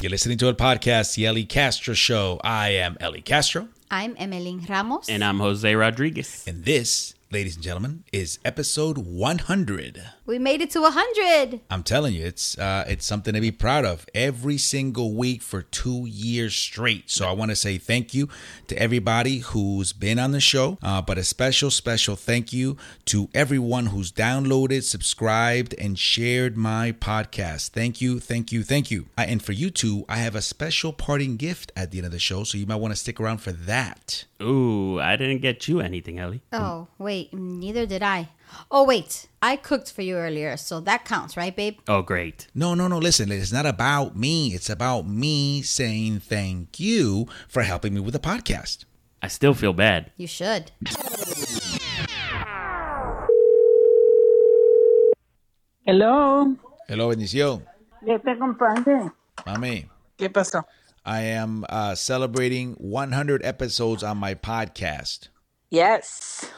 You're listening to a podcast, The Ellie Castro Show. I am Ellie Castro. I'm Emeline Ramos. And I'm Jose Rodriguez. And this, ladies and gentlemen, is episode 100. we made it to 100. I'm telling you, it's uh, it's something to be proud of. Every single week for two years straight. So I want to say thank you to everybody who's been on the show, uh, but a special, special thank you to everyone who's downloaded, subscribed, and shared my podcast. Thank you, thank you, thank you. Uh, and for you two, I have a special parting gift at the end of the show, so you might want to stick around for that. Ooh, I didn't get you anything, Ellie. Oh, wait, neither did I. Oh, wait, I cooked for you earlier, so that counts, right, babe? Oh, great. No, no, no. Listen, it's not about me. It's about me saying thank you for helping me with the podcast. I still feel bad. You should. Hello, Hello, bendición. ¿qué te compraste? Mami, ¿Qué pasó? I am uh, celebrating 100 episodes on my podcast. Yes,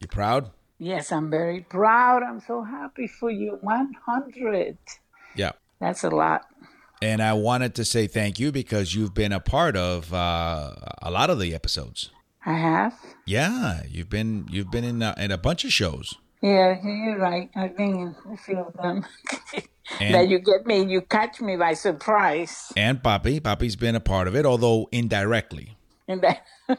You proud? yes, I'm very proud. I'm so happy for you. 100. Yeah. That's a lot. And I wanted to say thank you because you've been a part of uh, a lot of the episodes. I have. Yeah, you've been you've been in a, in a bunch of shows. Yeah, you're right. I've been in a few of them. And- that you get me, you catch me by surprise. And Papi, Papi's been a part of it, although indirectly. And that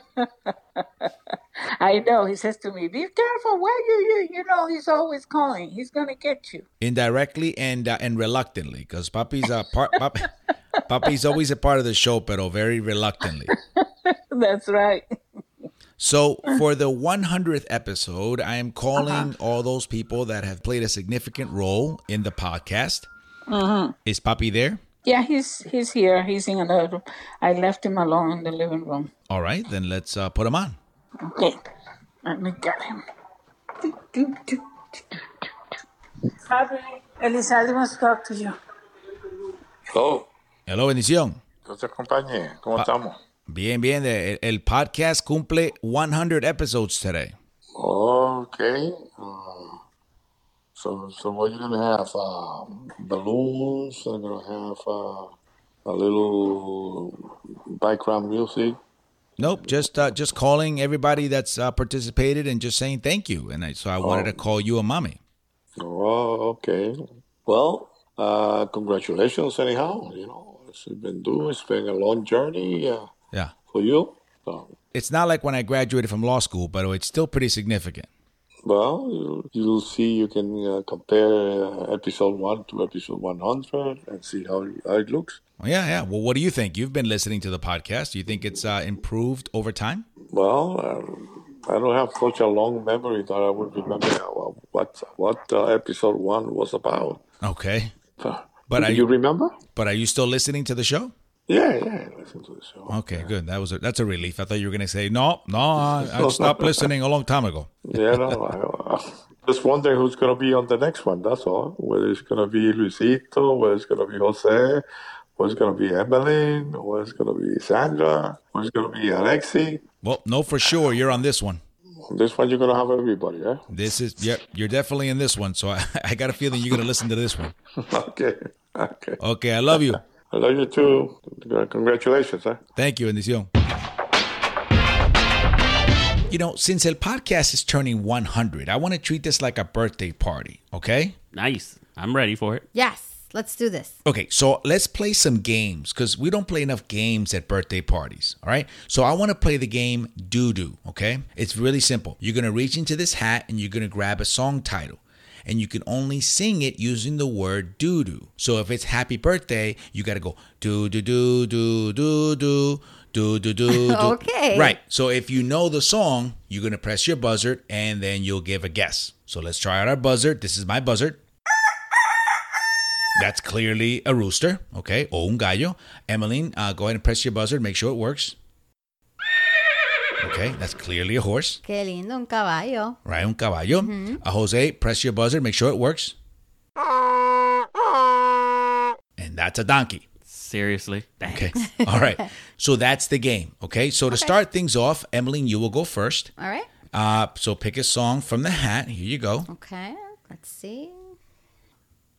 I know. He says to me, "Be careful. Where you, you, you know, he's always calling. He's gonna get you." Indirectly and uh, and reluctantly because Papi's a part Papi, Papi's always a part of the show, pero very reluctantly. That's right. So, for the 100th episode, I am calling all those people that have played a significant role in the podcast. Is Papi there? Yeah, he's he's here. He's in another room. I left him alone in the living room. All right, then let's uh, put him on. Okay, let me get him. Papi, Elizalde wants to talk to you. Oh, Hello, bendición. Dios te acompañe. ¿Cómo estamos? Bien, bien. El, el podcast cumple 100 episodes today. Okay. Uh, so, so what you're gonna have? Uh, balloons. I'm gonna have uh, a little background music. Nope, just uh, just calling everybody that's uh, participated and just saying thank you. And I, so I wanted to call you a mommy. Oh, okay. Well, uh, congratulations, anyhow. You know, it's been doing. It's been a long journey uh, Yeah. for you. Uh, So, It's not like when I graduated from law school, but oh, it's still pretty significant. well, you, you'll see. You can uh, compare uh, episode one to episode one hundred and see how, how it looks. Yeah, yeah. Well, what do you think? You've been listening to the podcast. Do you think it's uh, improved over time? Well, um, I don't have such a long memory that I would remember uh, what what uh, episode one was about. Okay. But But I- Do you remember? But are you still listening to the show? Yeah, yeah. I listened to the show. Okay, good. That was a, that's a relief. I thought you were going to say no, no. I, I stopped listening a long time ago. Yeah, no, I, I just wonder who's going to be on the next one. That's all. Whether it's going to be Luisito, whether it's going to be Jose, whether it's going to be Emmeline, whether it's going to be Sandra, whether it's going to be Alexi. Well, no, for sure you're on this one. This one you're going to have everybody, eh? yeah? This is yep. You're definitely in this one. So I, I got a feeling you're going to listen to this one. okay, okay. Okay, I love you. I love you too. Congratulations, eh? huh? Thank you, Bendición. You know, since El Podcast is turning 100, I want to treat this like a birthday party. Okay. Nice. I'm ready for it. Yes, let's do this. Okay, so let's play some games because we don't play enough games at birthday parties. All right, so I want to play the game Doo Doo. Okay, it's really simple. You're gonna reach into this hat and you're gonna grab a song title, and you can only sing it using the word Doo Doo. So if it's Happy Birthday, you gotta go Doo Doo Doo Doo Doo Doo Doo Doo Doo. doo." Okay. right. So if you know the song, you're gonna press your buzzard and then you'll give a guess. So let's try out our buzzard. This is my buzzard. That's clearly a rooster, okay, o un gallo. Emmeline, uh, go ahead and press your buzzer, make sure it works. Okay, that's clearly a horse, Qué lindo un caballo. right? Un caballo. Uh, Jose, press your buzzer, make sure it works. And that's a donkey. Seriously. Dang. Okay, all right. So that's the game, okay? So to start things off, Emmeline, you will go first. All right. Uh, so pick a song from the hat. Here you go. Okay, let's see.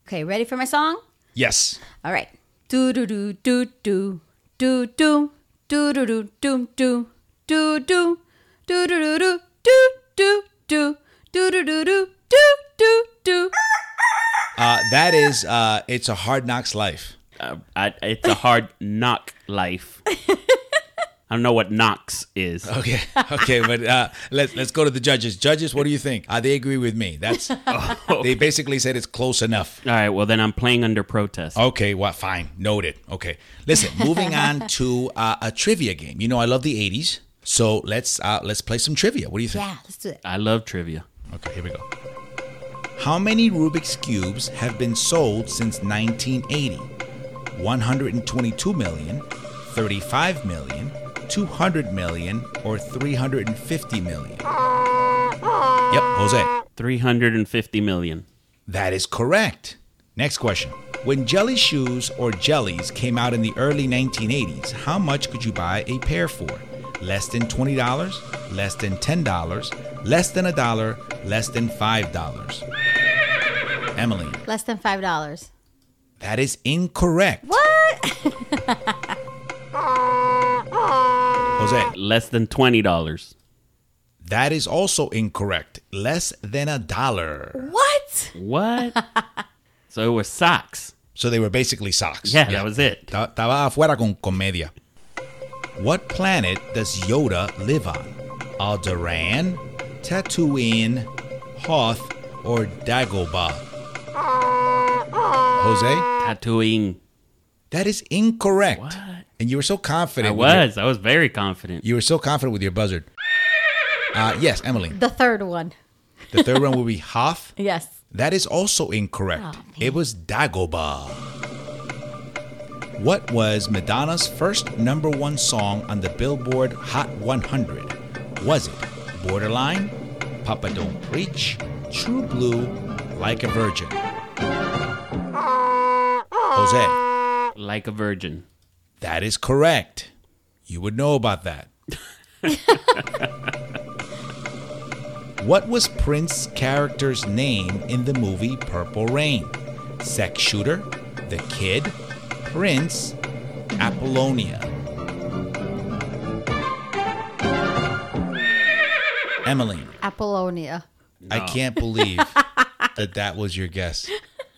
Okay, ready for my song? Yes. All right. Do do do do do do do do do do do do do do do do do do do do do do do do do do do do. Uh, that is, uh, it's a hard knocks life. Uh, I, it's a hard knock life. I don't know what knocks is. Okay, okay, but uh, let's let's go to the judges. Judges, what do you think? Uh, they agree with me. That's they basically said it's close enough. All right, well then I'm playing under protest. Okay, well, fine, noted. Okay, listen, moving on to uh, a trivia game. You know, I love the '80s, so let's uh, let's play some trivia. What do you think? Yeah, let's do it. I love trivia. Okay, here we go. How many Rubik's cubes have been sold since 1980? 122 million, 35 million, 200 million, or 350 million? Yep, Jose. 350 million. That is correct. Next question. When jelly shoes or jellies came out in the early 1980s, how much could you buy a pair for? Less than $20, less than $10, less than a dollar, less than $5. Emily, Less than five dollars. that is incorrect. What? Jose, Less than $20. that is also incorrect. Less than a dollar. What? What? so it was socks. So they were basically socks. Yeah, that was it. Ta- Estaba afuera con comedia. What planet does Yoda live on? Alderaan, Tatooine, Hoth, or Dagobah? Jose, Tattooing. that is incorrect. What? And you were so confident. I with your- was. I was very confident. you were so confident with your buzzard. Uh, yes, Emily. The third one. The third one will be Hoth. Yes. That is also incorrect. it was Dagobah. What was Madonna's first number one song on the Billboard Hot 100? Was it Borderline, Papa Don't Preach, True Blue, Like a Virgin? Jose, Like a virgin. that is correct. You would know about that. What was Prince's character's name in the movie Purple Rain? Sex Shooter, The Kid, Prince, Apollonia. Emily, Apollonia. I can't believe that that was your guess.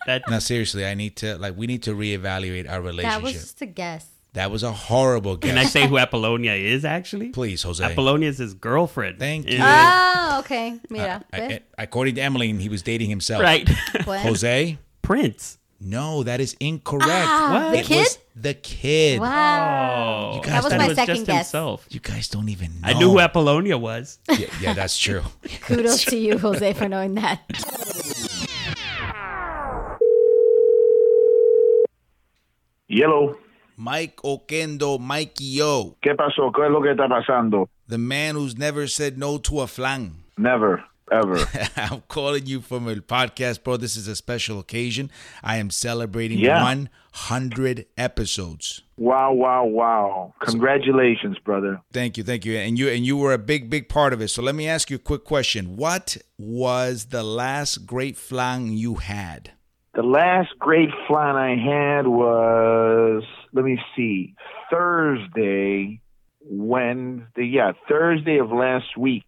That Now, seriously, I need to like we need to reevaluate our relationship. That was just a guess. a horrible guess. Can I say who Apollonia is actually? Please, Jose. Apollonia is his girlfriend. Thank in you. the- Oh, okay. Mira. Uh, I- ve? I- according to Emily, he was dating himself. right. What? Jose, Prince. no, that is incorrect. Ah, What? The It kid? was the kid. Wow. Oh, You guys was don't- my it was second just guess. Himself. You guys don't even know. I knew who Apollonia was. Yeah, yeah, that's true. Kudos to you, Jose, for knowing that. Yellow, Mike Okendo, Mikey Yo, ¿qué pasó? ¿Qué es lo que está pasando? the man who's never said no to a flan. Never, ever. I'm calling you from a podcast, bro. This is a special occasion. I am celebrating Yeah. 100 episodes. wow, wow, wow. Congratulations, brother. Thank you, thank you, and you and you were a big, big part of it. So let me ask you a quick question: What was the last great flan you had? The last great flan I had was, let me see, Thursday, Wednesday, yeah, Thursday of last week.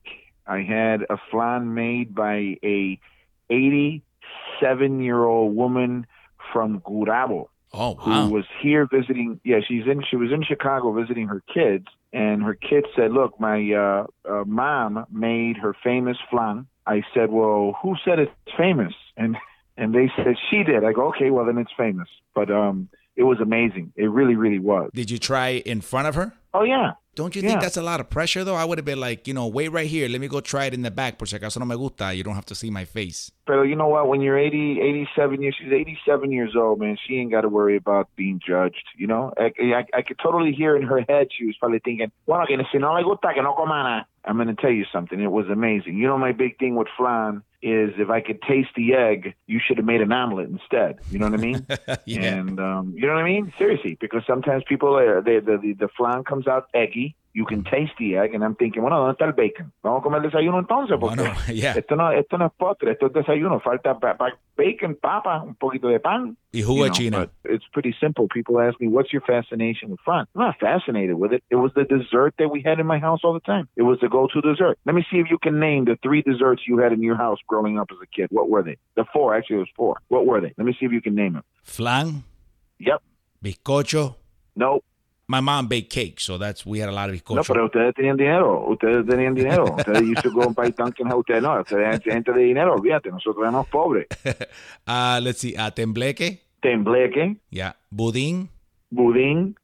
I had a flan made by a 87 year old woman from Gurabo. Oh who wow! was here visiting. Yeah, she's in. She was in Chicago visiting her kids, and her kids said, "Look, my uh, uh, mom made her famous flan." I said, "Well, who said it's famous?" And and they said she did. I go, "Okay, well then it's famous." But um, it was amazing. It really, really was. Did you try it in front of her? Oh yeah, Don't you think Yeah. that's a lot of pressure, though? I would have been like, you know, wait right here. Let me go try it in the back. Por si acaso no me gusta. You don't have to see my face. But you know what? When you're 80, 87 years, she's 87 years old, man. She ain't got to worry about being judged. You know, I, I, I could totally hear in her head she was probably thinking, "Well, que si no le gusta que no coma nada." I'm going to tell you something. It was amazing. You know, my big thing with flan is if I could taste the egg, you should have made an omelet instead. You know what I mean? Yeah. And um, you know what I mean? Seriously, because sometimes people are, they, the, the the flan comes out eggy. You can Mm. taste the egg, and I'm thinking, bueno, ¿dónde está el bacon? Vamos a comer desayuno entonces, porque Bueno, yeah. esto no esto no es postre, esto es desayuno. Falta pa- pa- bacon, papa, un poquito de pan. Y you jugo know, chino. but It's pretty simple. People ask me, "What's your fascination with flan?" I'm not fascinated with it. It was the dessert that we had in my house all the time. It was the go-to dessert. Let me see if you can name the three desserts you had in your house growing up as a kid. What were they? The four, actually, it was four. What were they? Let me see if you can name them. Flan, Yep. bizcocho. Nope. My mom baked cake, so that's we had a lot of No, bizcocho. pero ustedes tenían dinero, ustedes tenían dinero, ustedes used to go and buy Dunkin' House, ustedes no, ustedes eran gente de dinero, olvídate, nosotros éramos pobres. uh, let's see, uh, tembleque, Tembleque, yeah, budín. budín,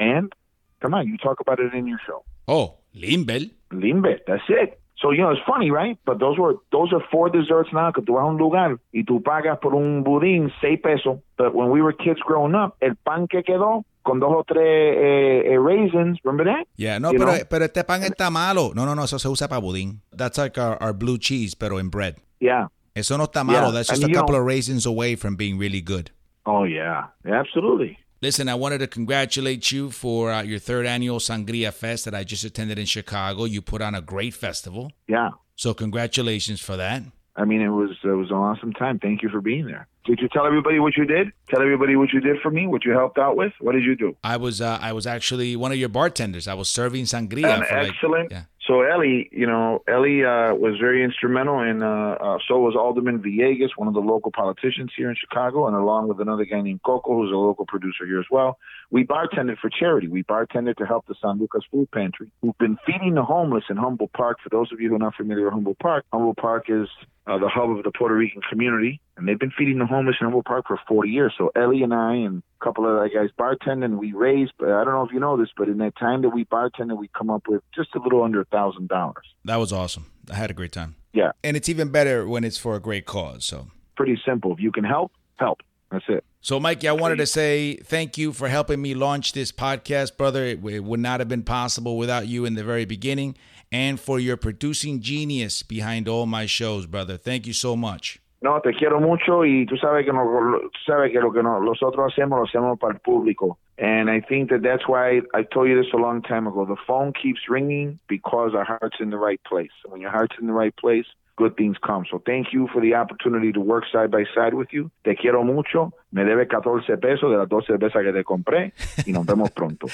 and, come on, you talk about it in your show. Oh, limbel. Limbe, that's it. So, you know, it's funny, right? But those were those are four desserts now que tú vas a un lugar y tú pagas por un budín seis pesos. But when we were kids growing up, el pan que quedó con dos o tres eh, eh, raisins, remember that? Yeah, no, You pero, know? pero este pan está malo. No, no, no, eso se usa para budín. That's like our, our blue cheese, pero in bread. Yeah. Eso no está malo. Yeah, That's and just a you couple know- of raisins away from being really good. Oh, yeah. Absolutely. Listen, I wanted to congratulate you for uh, your third annual Sangria Fest that I just attended in Chicago. You put on a great festival. Yeah. So, congratulations for that. I mean, it was it was an awesome time. Thank you for being there. Did you tell everybody what you did? Tell everybody what you did for me, what you helped out with. What did you do? I was uh, I was actually one of your bartenders. I was serving sangria. An for like- excellent. yeah. So Ellie, you know, Ellie uh, was very instrumental, and uh, uh, so was Alderman Villegas, one of the local politicians here in Chicago, and along with another guy named Coco, who's a local producer here as well. We bartended for charity. We bartended to help the San Lucas Food Pantry, who've been feeding the homeless in Humble Park. For those of you who are not familiar with Humble Park, Humble Park is uh, the hub of the Puerto Rican community, and they've been feeding the homeless in Humble Park for 40 years. So Ellie and I and a couple of other guys bartending, we raised, but I don't know if you know this, but in that time that we bartended, we come up with just a little under a thousand dollars. That was awesome. I had a great time. Yeah. And it's even better when it's for a great cause. So, Pretty simple. If you can help, help. That's it. so Mikey, I wanted to say thank you for helping me launch this podcast, brother. It, it would not have been possible without you in the very beginning, and for your producing genius behind all my shows, brother. Thank you so much. No, te quiero mucho y tú sabes que, no, lo- tú sabes que lo que no- nosotros hacemos lo hacemos para el público. And I think that that's why I told you this a long time ago. The phone keeps ringing because our heart's in the right place. And when your heart's in the right place, good things come. So thank you for the opportunity to work side by side with you. Te quiero mucho. Me debes 14 pesos de las 12 cervezas que te compré. Y nos vemos pronto.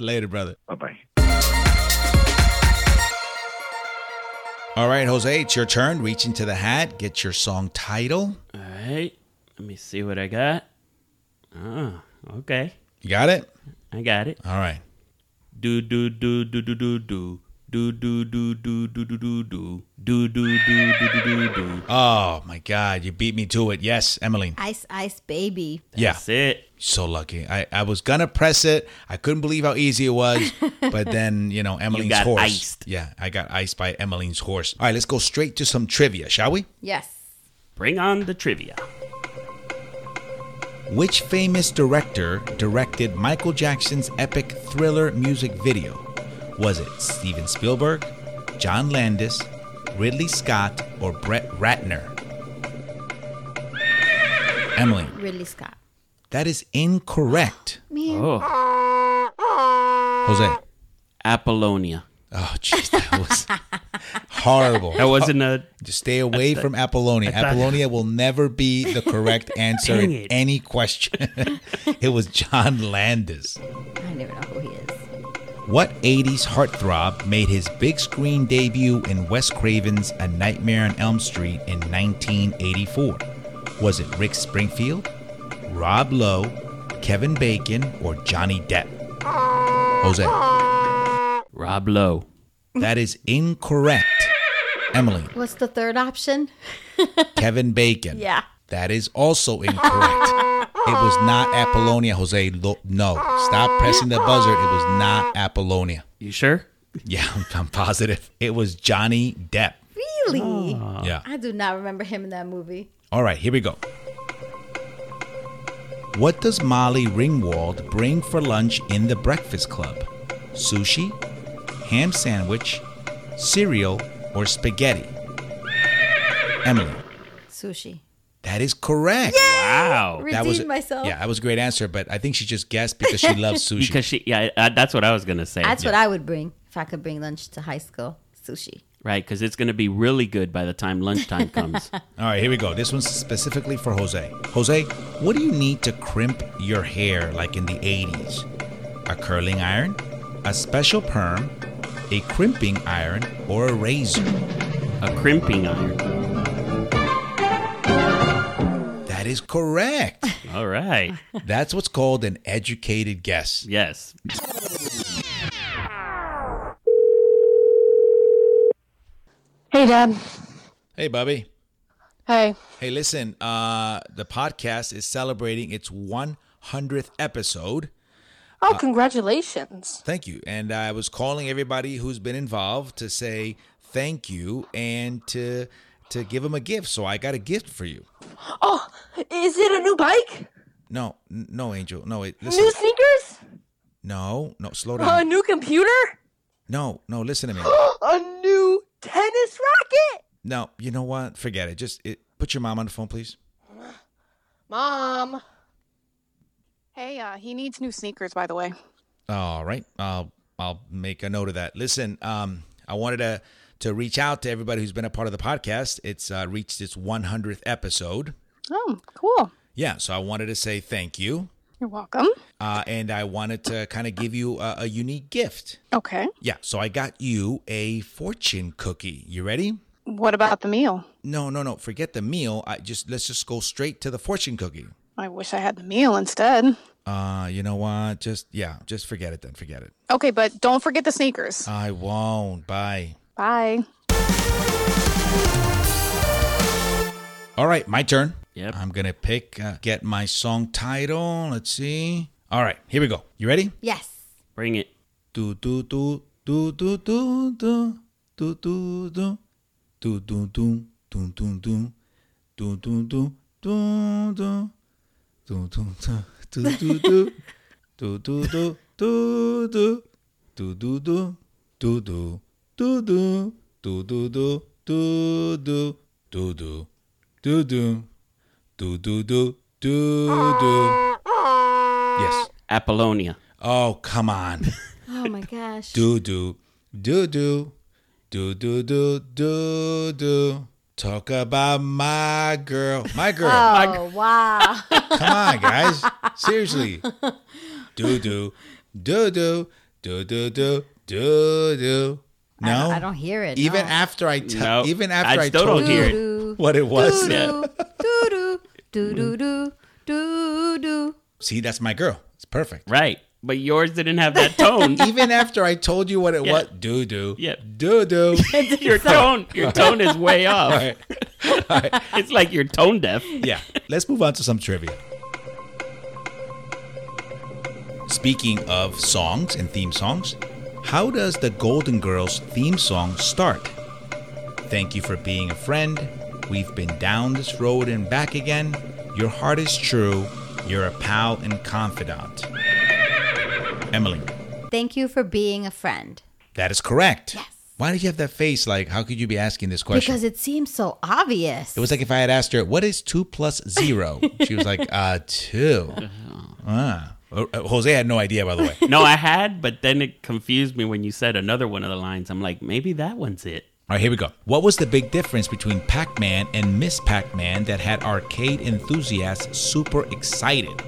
Later, brother. Bye bye. All right, Jose, it's your turn. Reach into the hat, get your song title. All right. Let me see what I got. Ah, okay. You got it? I got it. All right. Do do do do do do do do do do do do do do do do do do do do do do. Oh my God, you beat me to it. Yes, Emmeline. Ice Ice Baby. Yeah. That's it. So lucky. I, I was gonna press it. I couldn't believe how easy it was. But then, you know, Emmeline's got horse. iced. Yeah, I got iced by Emmeline's horse. All right, let's go straight to some trivia, shall we? Yes. Bring on the trivia. Which famous director directed Michael Jackson's epic thriller music video? Was it Steven Spielberg, John Landis, Ridley Scott, or Brett Ratner? Emily, Ridley Scott. that is incorrect. Oh, Jose. Apollonia. Oh, jeez, that was horrible. That wasn't a. Just stay away from Apollonia. Apollonia will never be the correct answer in Dang it. any question. it was John Landis. I never know who he is. What 80s heartthrob made his big screen debut in Wes Craven's A Nightmare on Elm Street in 1984? Was it Rick Springfield, Rob Lowe, Kevin Bacon, or Johnny Depp? Jose, Rob Lowe. that is incorrect. Emily, What's the third option? Kevin Bacon. Yeah. That is also incorrect. It was not Apollonia, Jose. Lo- No, stop pressing the buzzer. It was not Apollonia. You sure? Yeah, I'm, I'm positive. It was Johnny Depp. Really? Yeah. I do not remember him in that movie. All right, here we go. What does Molly Ringwald bring for lunch in the Breakfast Club? Sushi, ham sandwich, cereal, or spaghetti? Emily, Sushi. That is correct. Wow. Oh, That was Redeemed myself. Yeah, that was a great answer, but I think she just guessed because she loves sushi. Because she, yeah, uh, that's what I was gonna say. That's what I would bring if I could bring lunch to high school. Sushi. Right, because it's gonna be really good by the time lunchtime comes. All right, here we go. This one's specifically for Jose. Jose, what do you need to crimp your hair like in the 80s? A curling iron, a special perm, a crimping iron, or a razor? a crimping iron. That is correct. All right. That's what's called an educated guess. Yes. Hey, Dad. Hey, Bubby. Hey. Hey, listen, uh, the podcast is celebrating its 100th episode. Uh, Oh, congratulations. Thank you. And I was calling everybody who's been involved to say thank you and to to give them a gift. So I got a gift for you. Oh, is it a new bike? No, n- no, Angel. No, wait. Listen. New sneakers? No, no, slow A down. new computer? No, no, listen to me. A new tennis racket? No, you know what? Forget it. Just it, put your mom on the phone, please. Mom. Hey, uh, he needs new sneakers, by the way. All right. I'll I'll make a note of that. Listen, um, I wanted to to reach out to everybody who's been a part of the podcast. It's uh, reached its 100th episode. Oh, cool. Yeah, so I wanted to say thank you, You're welcome. uh, and I wanted to kind of give you a, a unique gift. Okay. Yeah, so I got you a fortune cookie. You ready? What about the meal? No, no, no. Forget the meal. I just let's just go straight to the fortune cookie. I wish I had the meal instead. Uh, you know what? Just yeah, just forget it then. Forget it. Okay, but don't forget the sneakers. I won't. Bye. Bye. All right, my turn. Yep. I'm gonna pick. Uh, get my song title. Let's see. All right, here we go. You ready? Yes. Bring it. Do do do do do do do do do do do do do do do do do do do do do do do do do do do do do do do do do do do do do do do do do do do do do do do do do do do do Yes. Apollonia. Oh, come on. Oh my gosh. Do do do do do do do do do. Talk about my girl, my girl. Oh wow. Come on, guys. Seriously. Do do do do do do do do do. I don't- No, I don't hear it. Even no. after I tell, No, even I after I, still told don't hear you it. Doo-doo, what it was. doo-doo, doo-doo, doo-doo-doo, doo-doo. See, that's my girl. It's perfect. Right. But yours didn't have that tone. Even after I told you what it Yeah. was, do do Yeah. do do. your tone your tone is way off. It's like you're tone deaf. yeah. Let's move on to some trivia. Speaking of songs and theme songs, how does the Golden Girls theme song start? Thank you for being a friend. We've been down this road and back again. Your heart is true. You're a pal and confidant. Emily, Thank you for being a friend. that is correct. Yes. Why did you have that face? Like, how could you be asking this question? Because it seems so obvious. It was like if I had asked her, "What is two plus zero? She was like, "Uh, two. Ah. Uh, Jose had no idea, by the way. No, I had, but then it confused me when you said another one of the lines. I'm like, maybe that one's it. All right, here we go. What was the big difference between Pac-Man and Miss Pac-Man that had arcade enthusiasts super excited?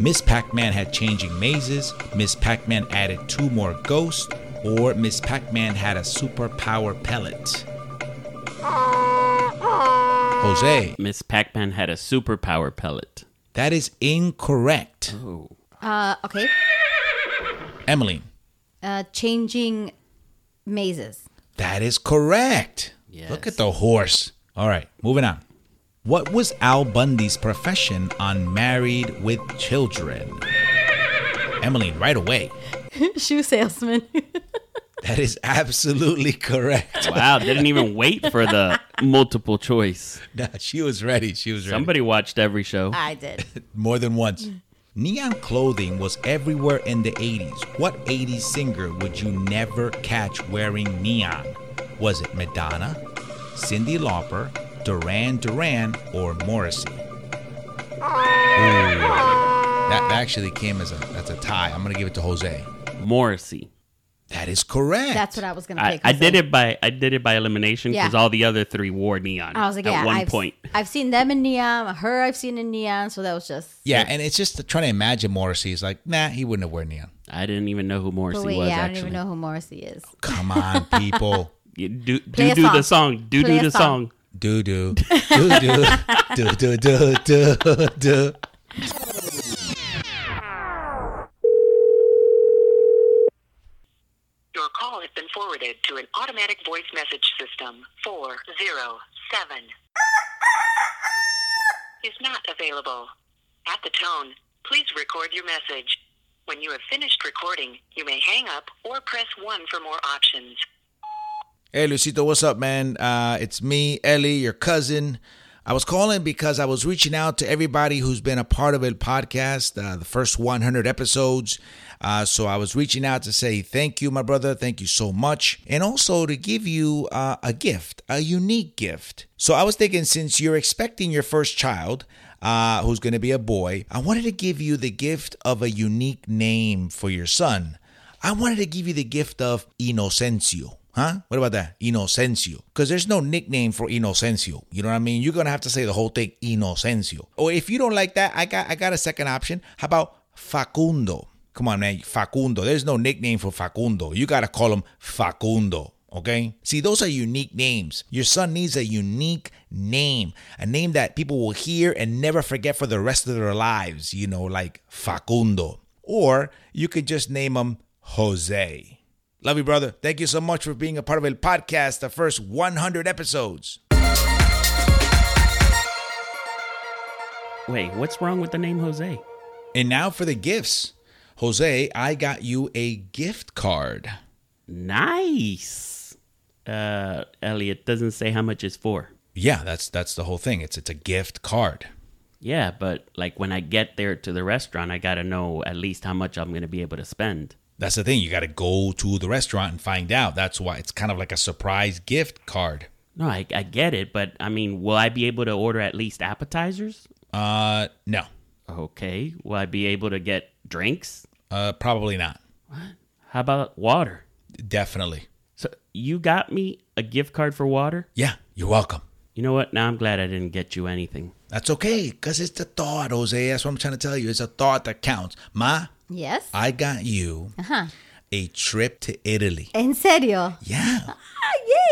Miss Pac-Man had changing mazes. Miss Pac-Man added two more ghosts, or Miss Pac-Man had a superpower pellet. Jose, Miss Pac-Man had a superpower pellet. that is incorrect. uh, okay. Emily, Uh, changing mazes. That is correct. Look at the horse. All right, moving on. What was Al Bundy's profession on Married with Children? Emily, right away. Shoe salesman. That is absolutely correct. Wow, didn't even wait for the multiple choice. Nah, she was ready. She was ready. Somebody watched every show. I did. More than once. Neon clothing was everywhere in the 80s. What 80s singer would you never catch wearing neon? Was it Madonna, Cindy Lauper, Duran Duran, or Morrissey? Ooh. That actually came as a that's a tie. I'm gonna give it to Jose. Morrissey. That is correct. That's what I was gonna I, pick. I did it by I did it by elimination because Yeah. all the other three wore neon. I was like, at yeah, one I've, point. I've seen them in neon. Her, I've seen in neon. So that was just. yeah, and it's just trying to imagine Morrissey. It's like, nah, he wouldn't have worn neon. I didn't even know who But Morrissey wait, was yeah, I don't actually. even know who Morrissey is. Come on, people. You do Play do, a do the song. song. Do Play do a the song. song. Do do do do do do do do do. Your call has been forwarded to an automatic voice message system. 407 is not available. At the tone, please record your message. When you have finished recording, you may hang up or press 1 for more options. Hey, Lucito, what's up, man? Uh, it's me, Ellie, your cousin. I was calling because I was reaching out to everybody who's been a part of it podcast, uh, the first 100 episodes. Uh, so I was reaching out to say thank you, my brother. Thank you so much. And also to give you uh, a gift, a unique gift. So I was thinking since you're expecting your first child, uh, who's going to be a boy, I wanted to give you the gift of a unique name for your son. I wanted to give you the gift of Inocencio. Huh? What about that? Inocencio. Because there's no nickname for Inocencio. You know what I mean? You're gonna have to say the whole thing Inocencio. Or if you don't like that, I got I got a second option. How about Facundo? Come on, man. Facundo. There's no nickname for Facundo. You gotta call him Facundo. Okay? See, those are unique names. Your son needs a unique name, a name that people will hear and never forget for the rest of their lives, you know, like Facundo. Or you could just name him Jose. Love you, brother. Thank you so much for being a part of El Podcast, the first 100 episodes. Wait, what's wrong with the name Jose? And now for the gifts. Jose, I got you a gift card. Nice. Uh, Elliot doesn't say how much it's for. Yeah, that's that's the whole thing. It's it's a gift card. Yeah, but like when I get there to the restaurant, I gotta know at least how much I'm gonna be able to spend. That's the thing. You got to go to the restaurant and find out. That's why it's kind of like a surprise gift card. No, I, I get it, but I mean, will I be able to order at least appetizers? Uh, no. Okay. Will I be able to get drinks? Uh, probably not. How about water? Definitely. So you got me a gift card for water? Yeah, you're welcome. You know what? Now I'm glad I didn't get you anything. That's okay, cause it's the thought, Jose. That's what I'm trying to tell you. It's a thought that counts. Ma, Yes. Uh, I got you a trip to Italy. En serio. Yeah. Ah,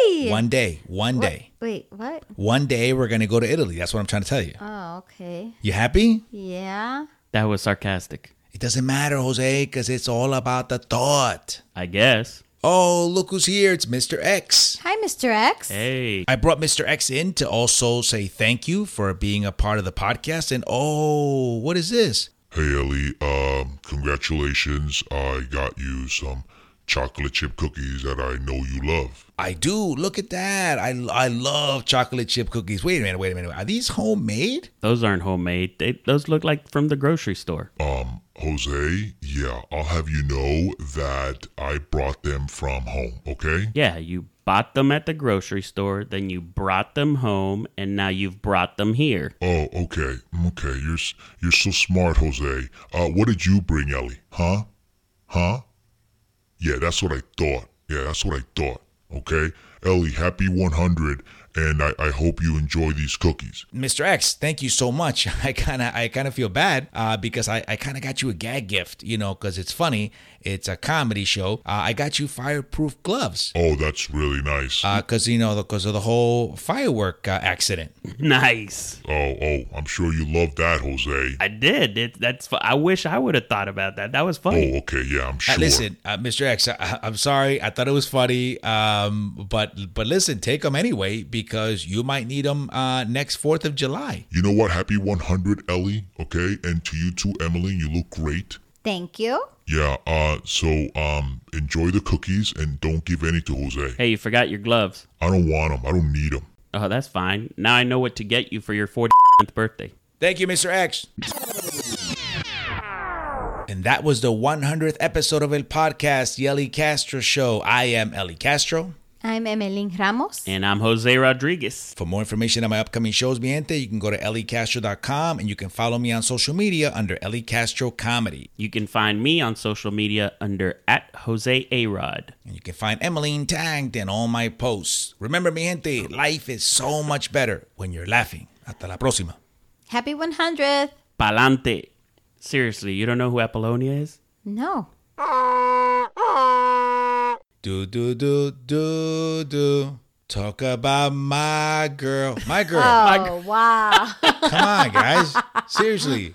yay. One day, one What- day, Wait, what? one day we're going to go to Italy. That's what I'm trying to tell you. Oh, okay. You happy? Yeah. That was sarcastic. It doesn't matter, Jose, because it's all about the thought. I guess. Oh, look who's here. It's Mr. X. Hi, Mr. X. Hey. I brought Mr. X in to also say thank you for being a part of the podcast. And oh, what is this? Hey Ellie, um, congratulations. I got you some chocolate chip cookies that I know you love. I do. Look at that. I, I love chocolate chip cookies. Wait a minute. Wait a minute. Are these homemade? Those aren't homemade. They, those look like from the grocery store. Um, Jose, yeah, I'll have you know that I brought them from home, okay? Yeah, you bought them at the grocery store, then you brought them home, and now you've brought them here. Oh, okay. Okay, you're s- you're so smart, Jose. Uh, what did you bring, Ellie? Huh? Huh? Yeah, that's what I thought. Yeah, that's what I thought. Okay? Ellie, happy 100 and I, I hope you enjoy these cookies. Mr. X, thank you so much. I kind of I kind of feel bad uh, because I, I kind of got you a gag gift, you know, because it's funny. It's a comedy show. Uh, I got you fireproof gloves Oh, that's really nice. because, you know, because of the whole firework uh, accident. Nice. oh, oh, I'm sure you love that, Jose. I did. It, that's. fu- I wish I would have thought about that. That was funny. oh, okay, yeah, I'm Uh, sure. listen, uh, Mr. X, I, I'm sorry. I thought it was funny. Um, but but listen, take them anyway because you might need them uh, next 4th of July. You know what? Happy 100, Ellie. Okay, and to you too, Emily. You look great. Thank you. Yeah. Uh. So, um, enjoy the cookies and don't give any to Jose. Hey, you forgot your gloves. I don't want them. I don't need them. Oh, that's fine. Now I know what to get you for your 40th birthday. Thank you, Mr. X. And that was the 100th episode of El Podcast, the Ellie Castro Show. I am Ellie Castro. I'm Emeline Ramos. And I'm Jose Rodriguez. For more information on my upcoming shows, mi gente, you can go to elliecastro.com and you can follow me on social media under Ellie Castro Comedy. You can find me on social media under at Jose Arod. And you can find Emmeline tagged in all my posts. Remember, mi gente, life is so much better when you're laughing. Hasta la próxima. Happy 100th. Palante. Seriously, you don't know who Apollonia is? No. Do, do, do, do, do. Talk about my girl. My girl. Oh, wow. Come on, guys. Seriously.